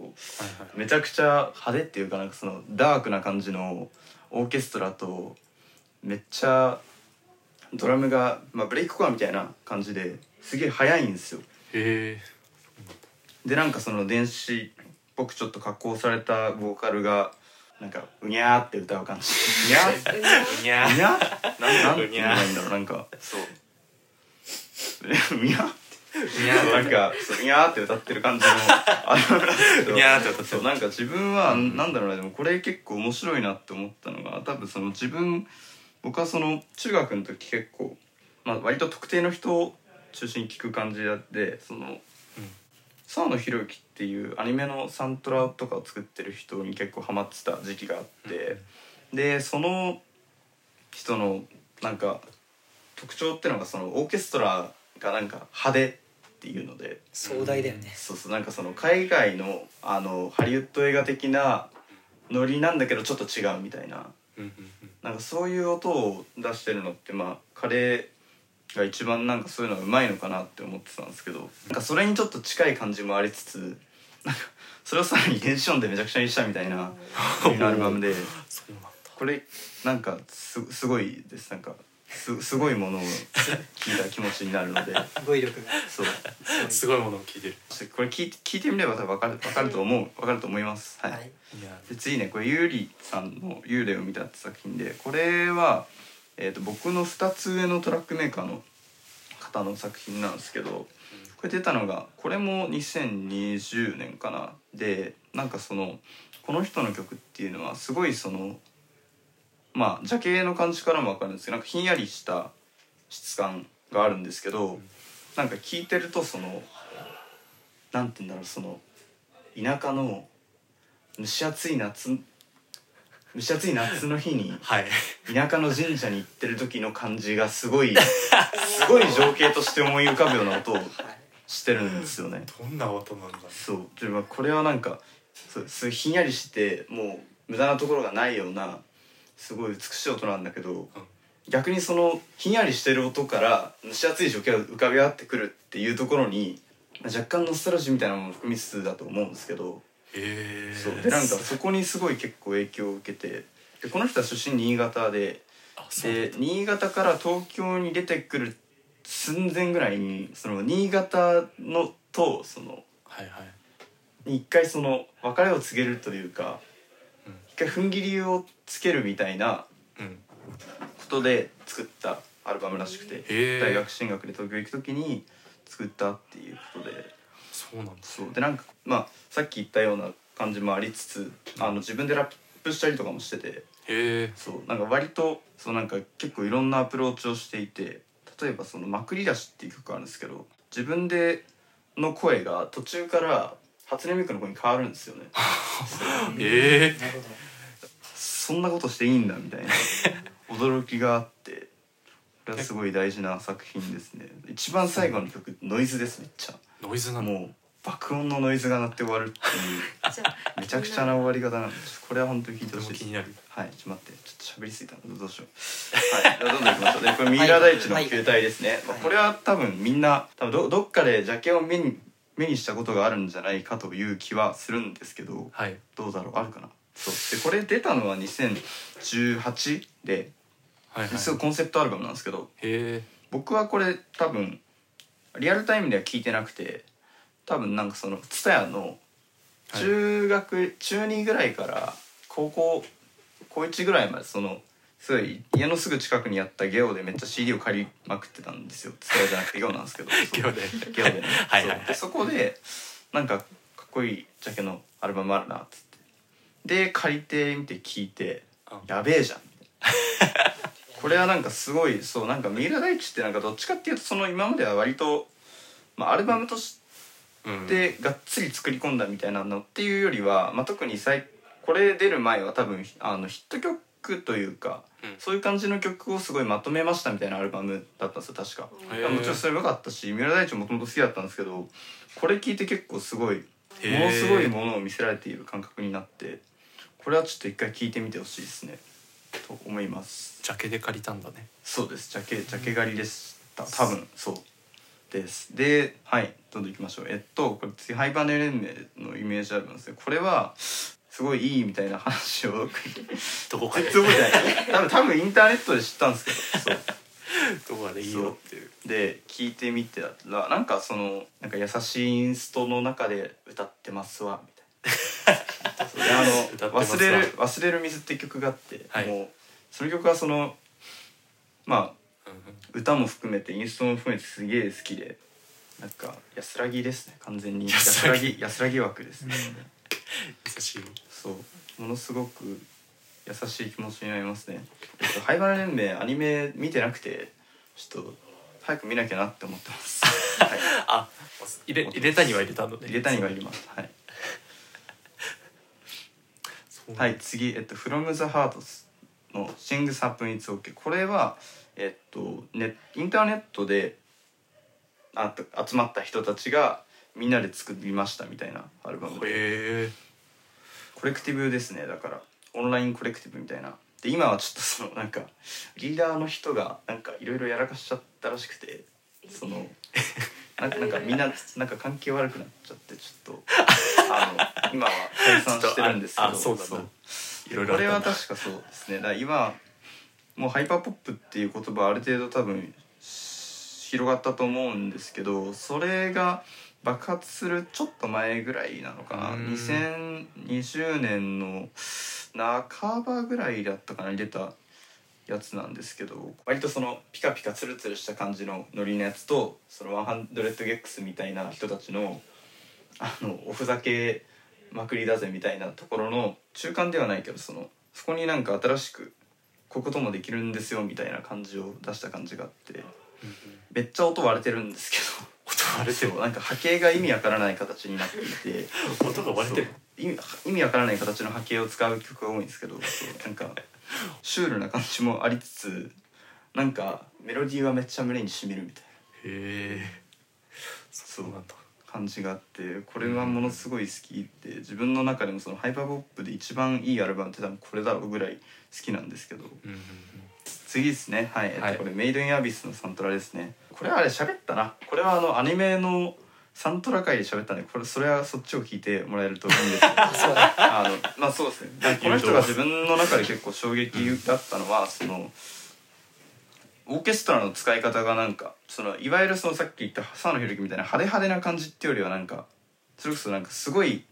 [SPEAKER 2] めちゃくちゃ派手っていうかなんかそのダークな感じのオーケストラとめっちゃドラムが、まあ、ブレイクコアみたいな感じですげえ速いんですよ
[SPEAKER 3] へえ
[SPEAKER 2] でなんかその電子っぽくちょっと加工されたボーカルがなんかうにゃーって歌う感じうにゃー
[SPEAKER 5] うん
[SPEAKER 3] にゃ
[SPEAKER 2] うにゃーなんなん
[SPEAKER 3] う
[SPEAKER 2] て
[SPEAKER 3] に
[SPEAKER 2] 言え
[SPEAKER 3] ゃー
[SPEAKER 2] ばいいんだろうなんかそう [laughs] うにゃーって
[SPEAKER 3] にゃ
[SPEAKER 2] なんかそううにゃーって歌ってる感じ
[SPEAKER 3] [laughs]
[SPEAKER 2] のあれなんですけど
[SPEAKER 3] にゃーって歌ってる
[SPEAKER 2] そうなんか自分はなんだろうなでもこれ結構面白いなって思ったのが多分その自分僕はその中学の時結構、まあ、割と特定の人を中心に聞く感じでその、沢野弘之っていうアニメのサントラとかを作ってる人に結構ハマってた時期があって、でその人のなんか特徴ってのがそのオーケストラがなんか派手っていうので
[SPEAKER 4] 壮大だよね、
[SPEAKER 2] そうそうなんかその海外のあのハリウッド映画的なノリなんだけどちょっと違うみたいな
[SPEAKER 3] うん
[SPEAKER 2] なんかそういう音を出してるのってまあ彼が一番なんかそういうのがうまいのかなって思ってたんですけどなんかそれにちょっと近い感じもありつつなんかそれをさらに電子音でめちゃくちゃにしたみたいなアルバムで
[SPEAKER 3] そうなんだ
[SPEAKER 2] これなんかすすごいですなんかすすごいものを聞いた気持ちになるので
[SPEAKER 4] 語彙力が
[SPEAKER 2] そう
[SPEAKER 3] すごいものを聞いてる
[SPEAKER 2] そしてこれ聞いて聞いてみれば多分分かる分かると思う分かると思います。はい
[SPEAKER 4] はい
[SPEAKER 3] いや
[SPEAKER 2] で次ねこれゆうりさんの「幽霊を見た」って作品でこれは、えー、と僕の2つ上のトラックメーカーの方の作品なんですけどこれ出たのがこれも2020年かなでなんかそのこの人の曲っていうのはすごいそのまあジャケの感じからも分かるんですけどなんかひんやりした質感があるんですけどなんか聴いてるとそのなんて言うんだろうその田舎の蒸し暑い夏蒸し暑い夏の日に
[SPEAKER 3] はい
[SPEAKER 2] 田舎の神社に行ってる時の感じがすごいすごい情景として思い浮かぶような音をしてるんですよね。
[SPEAKER 3] どんな音なんだろう
[SPEAKER 2] そうでまあこれはなんかそうすごいひんやりしてもう無駄なところがないようなすごい美しい音なんだけど、逆にそのひんやりしてる音から蒸し暑い情景が浮かび上がってくるっていうところにまあ若干ノスタルジーみたいなものも含みつつだと思うんですけど。
[SPEAKER 3] へえ
[SPEAKER 2] そうでなんかそこにすごい結構影響を受けてでこの人は出身新潟で
[SPEAKER 3] あそう
[SPEAKER 2] で新潟から東京に出てくる寸前ぐらいにその新潟のとその
[SPEAKER 3] はいはい
[SPEAKER 2] 一回その別れを告げるというか
[SPEAKER 3] うん
[SPEAKER 2] 一回踏ん切りをつけるみたいな
[SPEAKER 3] うん
[SPEAKER 2] ことで作ったアルバムらしくて
[SPEAKER 3] へえ
[SPEAKER 2] 大学進学で東京行く時に作ったっていうことで。
[SPEAKER 3] そうなんだ
[SPEAKER 2] そうでなんかまあさっき言ったような感じもありつつあの自分でラップしたりとかもしてて
[SPEAKER 3] へえ
[SPEAKER 2] そうなんか割とそうなんか結構いろんなアプローチをしていて例えばその「まくり出し」っていう曲があるんですけど自分での声が途中から初音ミクの声に変わるんですよね
[SPEAKER 3] へえ
[SPEAKER 4] なるほど
[SPEAKER 2] そんなことしていいんだみたいな驚きがあってこれはすごい大事な作品ですね一番最後の曲ノイズですめっちゃ
[SPEAKER 3] ノイズなの
[SPEAKER 2] もう爆音のノイズが鳴って終わるっていう
[SPEAKER 5] じゃあ
[SPEAKER 2] めちゃくちゃな終わり方なんでこれは本当に聞いて
[SPEAKER 3] とて
[SPEAKER 2] ほし
[SPEAKER 3] も
[SPEAKER 2] い
[SPEAKER 3] 気
[SPEAKER 2] です
[SPEAKER 3] になる
[SPEAKER 2] はいちょっと待ってちょっと喋りすぎたのどうしようはいではどんどん行きましょうでこれ三浦大知の球体ですね、まあこれは多分みんな多分どどっかでジャケを目に目にしたことがあるんじゃないかという気はするんですけど
[SPEAKER 3] はい
[SPEAKER 2] どうだろうあるかなそうでこれ出たのは2018で
[SPEAKER 3] はいはい
[SPEAKER 2] すごいコンセプトアルバムなんですけど
[SPEAKER 3] へえ
[SPEAKER 2] 僕はこれ多分リアルタイムでは聞いてなくて多分なんかその TSUTAYA の
[SPEAKER 3] はい
[SPEAKER 2] 中学、中2ぐらいから高校高1ぐらいまでそのすごい家のすぐ近くにあったゲオでめっちゃ CD を借りまくってたんですよ TSUTAYA じゃなくてゲオなんです
[SPEAKER 3] [laughs]
[SPEAKER 2] けど
[SPEAKER 3] ゲオで
[SPEAKER 2] そうゲオでね
[SPEAKER 3] はいはいはい
[SPEAKER 2] そうでそこでなんかかっこいいジャケのアルバムあるなっつってで借りてみて聞いて
[SPEAKER 3] あ
[SPEAKER 2] やべえじゃんこれはなんかすごいそうなんか三浦大知ってなんかどっちかっていうとその今までは割と、まあ、アルバムとし
[SPEAKER 3] うん
[SPEAKER 2] てがっつり作り込んだみたいなのっていうよりは、まあ、特に最これ出る前は多分あのヒット曲というか、
[SPEAKER 3] うん
[SPEAKER 2] そういう感じの曲をすごいまとめましたみたいなアルバムだったんですよ確か。
[SPEAKER 3] へ
[SPEAKER 2] いや
[SPEAKER 3] え
[SPEAKER 2] もちろんそれも良かったし三浦大知もともと好きだったんですけどこれ聞いて結構すごい
[SPEAKER 3] へ
[SPEAKER 2] も
[SPEAKER 3] ー
[SPEAKER 2] のすごいものを見せられている感覚になってこれはちょっと一回聞いてみてほしいですねと思います
[SPEAKER 3] ジャケで借りたんだね
[SPEAKER 2] そうですジャケジャケ狩りでした多分そうですではいどんどんいきましょうえっとこれ次ハイバネ連盟のイメージアルバムですねこれはすごいいいみたいな
[SPEAKER 3] [laughs]
[SPEAKER 2] 話を
[SPEAKER 3] どこかで
[SPEAKER 2] 全然覚えてない多分多分インターネットで知ったんですけどそう
[SPEAKER 3] どこかでいいよっていう
[SPEAKER 2] で聞いてみてらなんかそのなんか優しいインストの中で歌ってますわみたいなそうで
[SPEAKER 3] [laughs] 歌
[SPEAKER 2] あ
[SPEAKER 3] って
[SPEAKER 2] の「
[SPEAKER 3] ます
[SPEAKER 2] 忘
[SPEAKER 3] わ
[SPEAKER 2] れる忘れる水」って曲があって、
[SPEAKER 3] はい
[SPEAKER 2] もうその曲はそのまあ歌も含めてインストも含めてすげえ好きでなんか安らぎですね完全に
[SPEAKER 3] 安
[SPEAKER 2] 安
[SPEAKER 3] ら
[SPEAKER 2] ら
[SPEAKER 3] ぎ
[SPEAKER 2] ぎ安らぎ枠ですね、
[SPEAKER 3] 優しい
[SPEAKER 2] そうものすごく優しい気持ちになりますね灰原連盟アニメ見てなくてちょっと早く見なきゃなって思ってます、はい
[SPEAKER 3] あ入れ入れたには入れたので
[SPEAKER 2] 入れたには入れますはい、はい、次、えっと「from the heart」の「Sing Something It's OK」これはえっとねインターネットであと集まった人たちがみんなで作りましたみたいなアルバムで
[SPEAKER 3] へえ
[SPEAKER 2] コレクティブですねだからオンラインコレクティブみたいなで今はちょっとそのなんかリーダーの人がなんかいろいろやらかしちゃったらしくてそのなんかなんかみんななんか関係悪くなっちゃってちょっとあの今は解散してるんですけど
[SPEAKER 3] [laughs] あそうなんだいろいろ
[SPEAKER 2] これ
[SPEAKER 3] あ
[SPEAKER 2] は
[SPEAKER 3] ったんだ
[SPEAKER 2] 確かそうですねだから今もうハイパーポップっていう言葉ある程度多分し広がったと思うんですけどそれが爆発するちょっと前ぐらいなのかな
[SPEAKER 3] うん
[SPEAKER 2] 2020年の半ばぐらいだったかなに出たやつなんですけど割とそのピカピカツルツルした感じのノリのやつとその 100GEX みたいな人たちのあのおふざけまくりだぜみたいなところの中間ではないけどそのそこになんか新しくこういうこともできるんですよみたいな感じを出した感じがあってめっちゃ音割れてるんですけど。
[SPEAKER 3] 音割れて
[SPEAKER 2] そうなんか波形が意味わからない形になっていて
[SPEAKER 3] 音が割れてる
[SPEAKER 2] そう意味意味わからない形の波形を使う曲が多いんですけどそうなんかシュールな感じもありつつなんかメロディーはめっちゃ胸にしみるみたいな
[SPEAKER 3] へえ
[SPEAKER 2] そ
[SPEAKER 3] そうなんだ
[SPEAKER 2] 感じがあってこれはものすごい好きで自分の中でもそのハイパーポップで一番いいアルバムって多分これだろうぐらい好きなんですけど
[SPEAKER 3] うんうん
[SPEAKER 2] 次ですねはい、えっと
[SPEAKER 3] はい
[SPEAKER 2] これ「メイド・イン・アビス」のサントラですねこれはあれ喋ったなこれはあのアニメのサントラ会で喋ったんでこれそれはそっちを聞いてもらえるといいんですけど
[SPEAKER 4] そうだ
[SPEAKER 2] あのまあそうです [laughs] ねだからこの人が自分の中で結構衝撃だったのはそのオーケストラの使い方がなんかそのいわゆるそのさっき言った沢野ひろきみたいな派手派手な感じっていうよりはなんかそれこそなんかすごい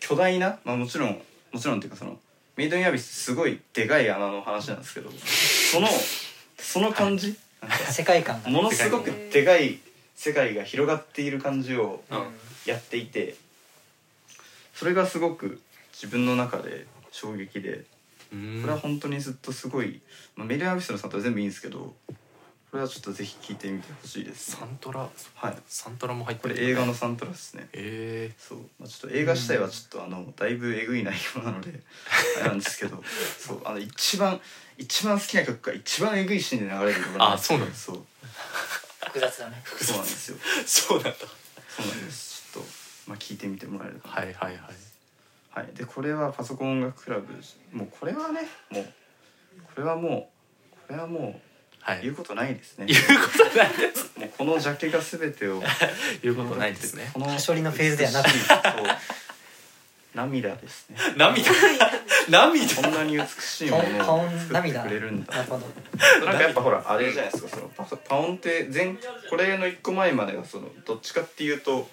[SPEAKER 2] 巨大な、まあ、もちろんもちろんっていうかそのメイド・イン・アビスすごいでかい穴の話なんですけどそのその感じ、
[SPEAKER 4] 世界観が、
[SPEAKER 2] ものすごくでかい世界が広がっている感じを
[SPEAKER 3] うん
[SPEAKER 2] やっていてそれがすごく自分の中で衝撃で
[SPEAKER 3] うん
[SPEAKER 2] これは本当にずっとすごい、まあ、メリーアビスのサントラ全部いいんですけどこれはちょっとぜひ聞いてみてほしいです
[SPEAKER 3] サントラ
[SPEAKER 2] はい
[SPEAKER 3] サントラも入って
[SPEAKER 2] こ
[SPEAKER 3] る
[SPEAKER 2] れ映画のサントラですね
[SPEAKER 3] え
[SPEAKER 2] そう、まあ、ちょっと映画自体はちょっとあのだいぶえぐい内容なのであれなんです
[SPEAKER 3] [laughs]
[SPEAKER 2] けどそうあの一番一番好きな曲が一番えぐいシーンで流れるところ
[SPEAKER 3] あそうなんだ
[SPEAKER 2] そう
[SPEAKER 4] 複雑だね
[SPEAKER 2] そうなんですよ
[SPEAKER 3] えそうなんだ
[SPEAKER 2] そうなんですちょっとまあ聞いてみてもらえると
[SPEAKER 3] はいはいはい
[SPEAKER 2] はい、でこれはパソコン音楽クラブもうこれはねもうこれはもうこれはも
[SPEAKER 3] は
[SPEAKER 2] う言
[SPEAKER 3] いう
[SPEAKER 2] ことないですね
[SPEAKER 3] 言うことない
[SPEAKER 2] もうこのジャケが全てを
[SPEAKER 3] 言うことないですね
[SPEAKER 2] この
[SPEAKER 4] 端折りのフェーズではなく
[SPEAKER 2] 美しいそう涙ですね
[SPEAKER 3] 涙涙
[SPEAKER 2] こんなに美しいも
[SPEAKER 4] 顔
[SPEAKER 2] の
[SPEAKER 4] 顔
[SPEAKER 2] を作って
[SPEAKER 4] 涙
[SPEAKER 2] くれるんだ
[SPEAKER 4] なるほど
[SPEAKER 2] なんかやっぱほらあれじゃないですかそのパソパオンって前これの一個前までがそのどっちかっていうと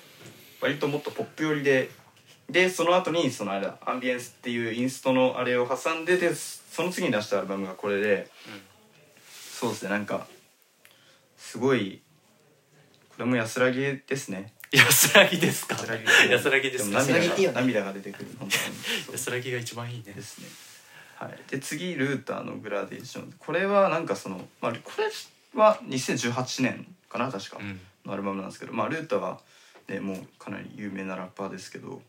[SPEAKER 2] 割ともっとポップ寄りででその後にそのあれだアンビエンスっていうインストのあれを挟んででその次に出したアルバムがこれで、そうですねなんかすごいこれも安らぎですね
[SPEAKER 3] 安らぎですか安らぎです
[SPEAKER 2] も
[SPEAKER 3] か
[SPEAKER 2] 涙
[SPEAKER 4] 安らぎいいよ
[SPEAKER 2] が
[SPEAKER 4] ね
[SPEAKER 2] 涙が出てくる本当に
[SPEAKER 4] [laughs]
[SPEAKER 2] そう
[SPEAKER 3] 安らぎが一番いいね
[SPEAKER 2] ですね。はい、で次ルーターのグラデーションこれはなんかその、まあ、これは2018年かな確か
[SPEAKER 3] うん
[SPEAKER 2] のアルバムなんですけど、まあ、ルーターは、ね、もうかなり有名なラッパーですけど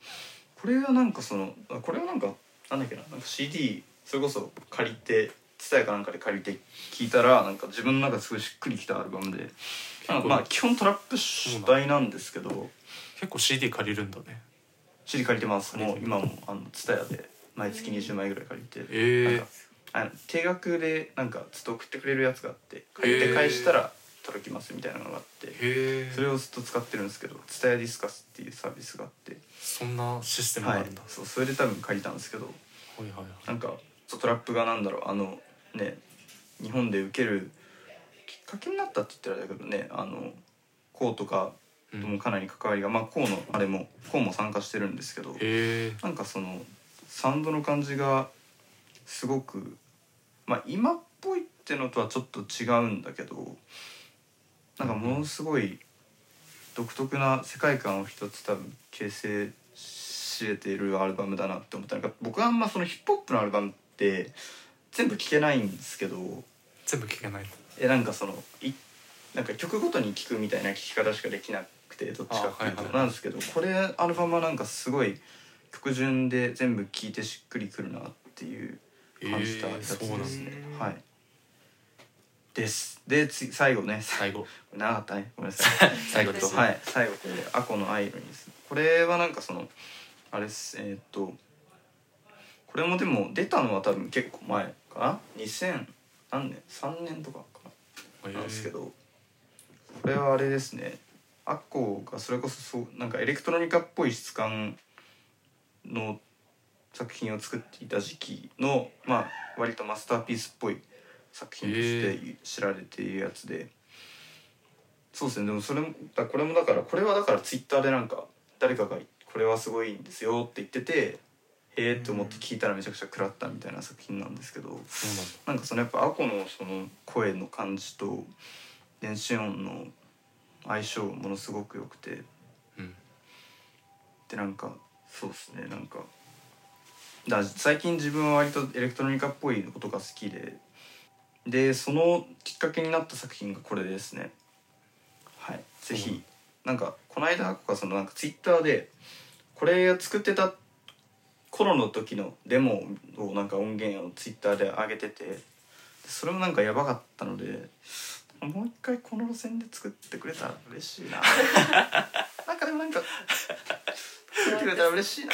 [SPEAKER 2] これはなんかそのあこれはなんかなんだっけななんか CD それこそ借りて伝えかなんかで借りて聴いたらなんか自分の中ですごいしっくりきたアルバムで、まあまあ、基本トラップ主体なんですけど。
[SPEAKER 3] 結構 CD 借りるんだね
[SPEAKER 2] 知り借りてますもう今もあのツタヤで毎月20枚ぐらい借りて、
[SPEAKER 3] え
[SPEAKER 2] な
[SPEAKER 3] ー
[SPEAKER 2] んかあの定額でなんかずっと送ってくれるやつがあって借りて返したら届きますみたいなのがあって
[SPEAKER 3] へ
[SPEAKER 2] それをずっと使ってるんですけどツタヤディスカスっていうサービスがあって、
[SPEAKER 3] そんなシステムが
[SPEAKER 2] は
[SPEAKER 3] あ
[SPEAKER 2] い
[SPEAKER 3] るんだ、
[SPEAKER 2] そうそれで多分借りたんですけど
[SPEAKER 3] はいはいはい
[SPEAKER 2] なんかそうトラップがなんだろうあのね日本で受けるきっかけになったって言ったらあれだけどねあのコウとかともかなり関わりが、まあコウのあれもコウも参加してるんですけど。
[SPEAKER 3] へえ
[SPEAKER 2] なんかそのサウンドの感じがすごく、まあ、今っぽいってのとはちょっと違うんだけどなんかものすごい独特な世界観を一つ多分形成し得ているアルバムだなって思ったのが僕はあんまそのヒップホップのアルバムっって全部聞けないんですけど
[SPEAKER 3] 全部聞けない
[SPEAKER 2] えなんかそのいなんか曲ごとに聞くみたいな聞き方しかできなくてどっちかっていう
[SPEAKER 3] あ
[SPEAKER 2] と
[SPEAKER 3] はいはい
[SPEAKER 2] なんですけどこれアルバムはなんかすごい曲順で全部聞いてしっくりくるなっていう感じたやつ
[SPEAKER 3] えーそう
[SPEAKER 2] で
[SPEAKER 3] なんですす
[SPEAKER 2] ね
[SPEAKER 3] ね。
[SPEAKER 2] はいですでつ最後ね
[SPEAKER 3] 最後
[SPEAKER 2] 長かったねごめんなさい
[SPEAKER 3] 最後
[SPEAKER 5] で
[SPEAKER 2] えっ
[SPEAKER 5] す
[SPEAKER 2] とはい最後これアコのアイロニーですこれはなんかそのあれっすえーっとこれもでも出たのは多分結構前かな2000何年3年とかかななんですけどこれはあれですねアッコがそれこそそうなんかエレクトロニカっぽい質感の作品を作っていた時期のまあ割とマスターピースっぽい作品として知られているやつで、そうですねでもそれもだこれもだからこれはだからツイッターでなんか誰かが「これはすごいんですよ」って言ってて「へえ」って思って聞いたらめちゃくちゃ食らったみたいな作品なんですけど
[SPEAKER 3] そうなんだ
[SPEAKER 2] なんかそのやっぱアコのその声の感じと電子音の相性ものすごく良くて
[SPEAKER 3] うん
[SPEAKER 2] でなんかそうですねなんかだ最近自分は割とエレクトロニカっぽいことが好きででそのきっかけになった作品がこれですねはいぜひ、なんかこの間とかそのなんかツイッターでこれを作ってた頃の時のデモをなんか音源をツイッターで上げててそれもなんかやばかったのでもう一回この路線で作ってくれたら嬉しい
[SPEAKER 3] [laughs]
[SPEAKER 2] ななんかでもなんか作ってくれたら嬉しいな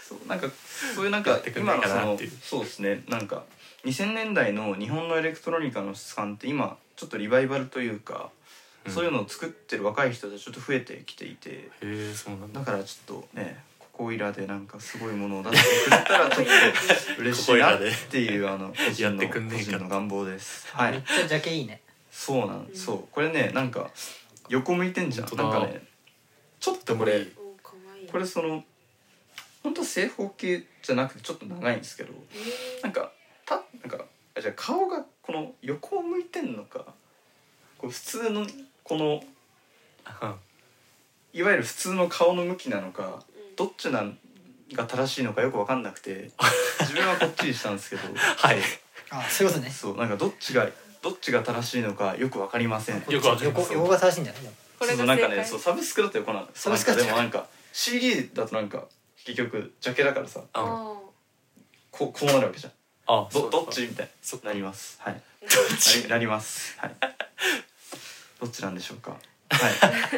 [SPEAKER 2] そうなんかそういうなん
[SPEAKER 3] や
[SPEAKER 2] か
[SPEAKER 3] ってくん
[SPEAKER 2] 今
[SPEAKER 3] ない
[SPEAKER 2] の
[SPEAKER 3] か
[SPEAKER 2] そ
[SPEAKER 3] なっ
[SPEAKER 2] の
[SPEAKER 3] ていう
[SPEAKER 2] そうですねなんか2000年代の日本のエレクトロニカの質感って今ちょっとリバイバルというか、
[SPEAKER 3] うん
[SPEAKER 2] そういうのを作ってる若い人たちちょっと増えてきていて
[SPEAKER 3] へえそうなんだ
[SPEAKER 2] だからちょっとねここいらでなんかすごいものを出してくれたらちょっと嬉しいなっていうあの個人
[SPEAKER 3] やっ
[SPEAKER 2] の
[SPEAKER 3] てくんね
[SPEAKER 2] 個
[SPEAKER 3] えかな
[SPEAKER 2] 人の願望
[SPEAKER 3] [laughs]
[SPEAKER 2] です。は
[SPEAKER 4] めっ
[SPEAKER 2] い、
[SPEAKER 4] ちゃジャケいいね
[SPEAKER 2] そうなんそうこれねなんか横向いてんじゃん
[SPEAKER 3] 本
[SPEAKER 2] な
[SPEAKER 3] 当
[SPEAKER 2] ん
[SPEAKER 3] だ
[SPEAKER 2] かねちょっとこれ
[SPEAKER 5] お可愛い
[SPEAKER 2] これその本当正方形じゃなくてちょっと長いんですけど
[SPEAKER 5] え
[SPEAKER 2] なんかたなんかあじゃあ顔がこの横を向いてんのかこう普通のこの
[SPEAKER 3] あ
[SPEAKER 2] いわゆる普通の顔の向きなのか
[SPEAKER 5] ー
[SPEAKER 2] どっちなんが正しいのかよく分かんなくて自分はこっちにしたんですけど
[SPEAKER 3] はい
[SPEAKER 4] あそういうことね
[SPEAKER 2] そうなんかどっちがどっちが正しいのかよく分かりません
[SPEAKER 3] よくわかりま
[SPEAKER 4] 横
[SPEAKER 3] す
[SPEAKER 4] 横が正しいんじゃないでも
[SPEAKER 5] これ
[SPEAKER 2] そ
[SPEAKER 5] が
[SPEAKER 2] う
[SPEAKER 5] 正
[SPEAKER 2] なん
[SPEAKER 5] 解
[SPEAKER 2] かねそうサブスクだと横なの
[SPEAKER 4] サブスクだ
[SPEAKER 2] なん
[SPEAKER 4] った
[SPEAKER 2] かでもなんか CD だとなんか結局ジャケだからさ
[SPEAKER 3] あ
[SPEAKER 5] あ
[SPEAKER 2] こうこうなるわけじゃん
[SPEAKER 3] あ
[SPEAKER 2] どどっちみたい
[SPEAKER 3] そっか
[SPEAKER 2] ななりますはい
[SPEAKER 5] ー
[SPEAKER 2] なりなりますはいどっちなんでしょうかはい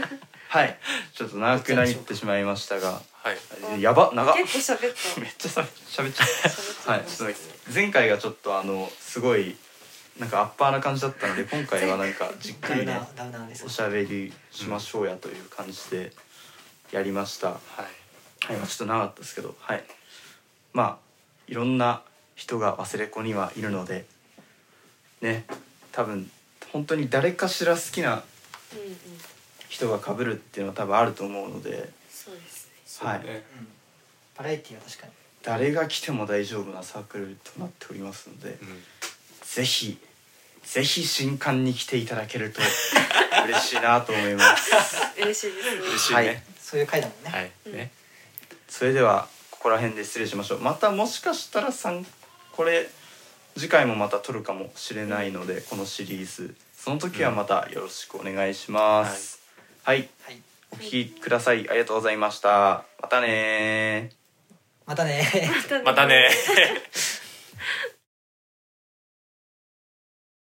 [SPEAKER 2] はいちょっと長くなりってしまいましたが
[SPEAKER 3] はい
[SPEAKER 5] ょう
[SPEAKER 2] やば長っ
[SPEAKER 5] 結構喋っ
[SPEAKER 2] [laughs]
[SPEAKER 5] た
[SPEAKER 2] めっちゃしゃべっちゃった
[SPEAKER 5] 喋っ
[SPEAKER 2] [laughs]
[SPEAKER 5] て
[SPEAKER 2] はい、
[SPEAKER 5] まし
[SPEAKER 2] ち
[SPEAKER 5] た
[SPEAKER 2] ょっ
[SPEAKER 5] ね
[SPEAKER 2] と前回がちょっとあのすごいなんかアッパーな感じだったので今回はなんかじっく
[SPEAKER 4] ダウ
[SPEAKER 2] り
[SPEAKER 4] ナ
[SPEAKER 2] ね
[SPEAKER 4] ーダウナーです
[SPEAKER 2] おしゃべりしましょうやという感じでやりました、
[SPEAKER 3] はい
[SPEAKER 2] はい、まあちょっと長かったですけどはいまあいろんな人が忘れ子にはいるのでね多分本当に誰かしら好きな
[SPEAKER 5] うんうん
[SPEAKER 2] 人が被るっていうのは多分あると思うので
[SPEAKER 5] そうですね
[SPEAKER 3] そうだね
[SPEAKER 2] は
[SPEAKER 4] うんバラエティーは確かに
[SPEAKER 2] 誰が来ても大丈夫なサークルとなっておりますので、
[SPEAKER 3] うん
[SPEAKER 2] ぜひぜひ新刊に来ていただける
[SPEAKER 3] [laughs]
[SPEAKER 2] と嬉しいなと思います。
[SPEAKER 5] 嬉しいですね
[SPEAKER 3] 嬉しいね
[SPEAKER 4] そういう回だもんね、
[SPEAKER 3] はい
[SPEAKER 5] うん
[SPEAKER 3] ね
[SPEAKER 2] それではここら辺で失礼しましょう。またもしかしたらさんこれ次回もまた撮るかもしれないのでこのシリーズその時はまたよろしくお願いします。はい、
[SPEAKER 4] はい、
[SPEAKER 2] お聞きくださいありがとうございました。またねー。
[SPEAKER 4] またね
[SPEAKER 5] またね
[SPEAKER 3] またね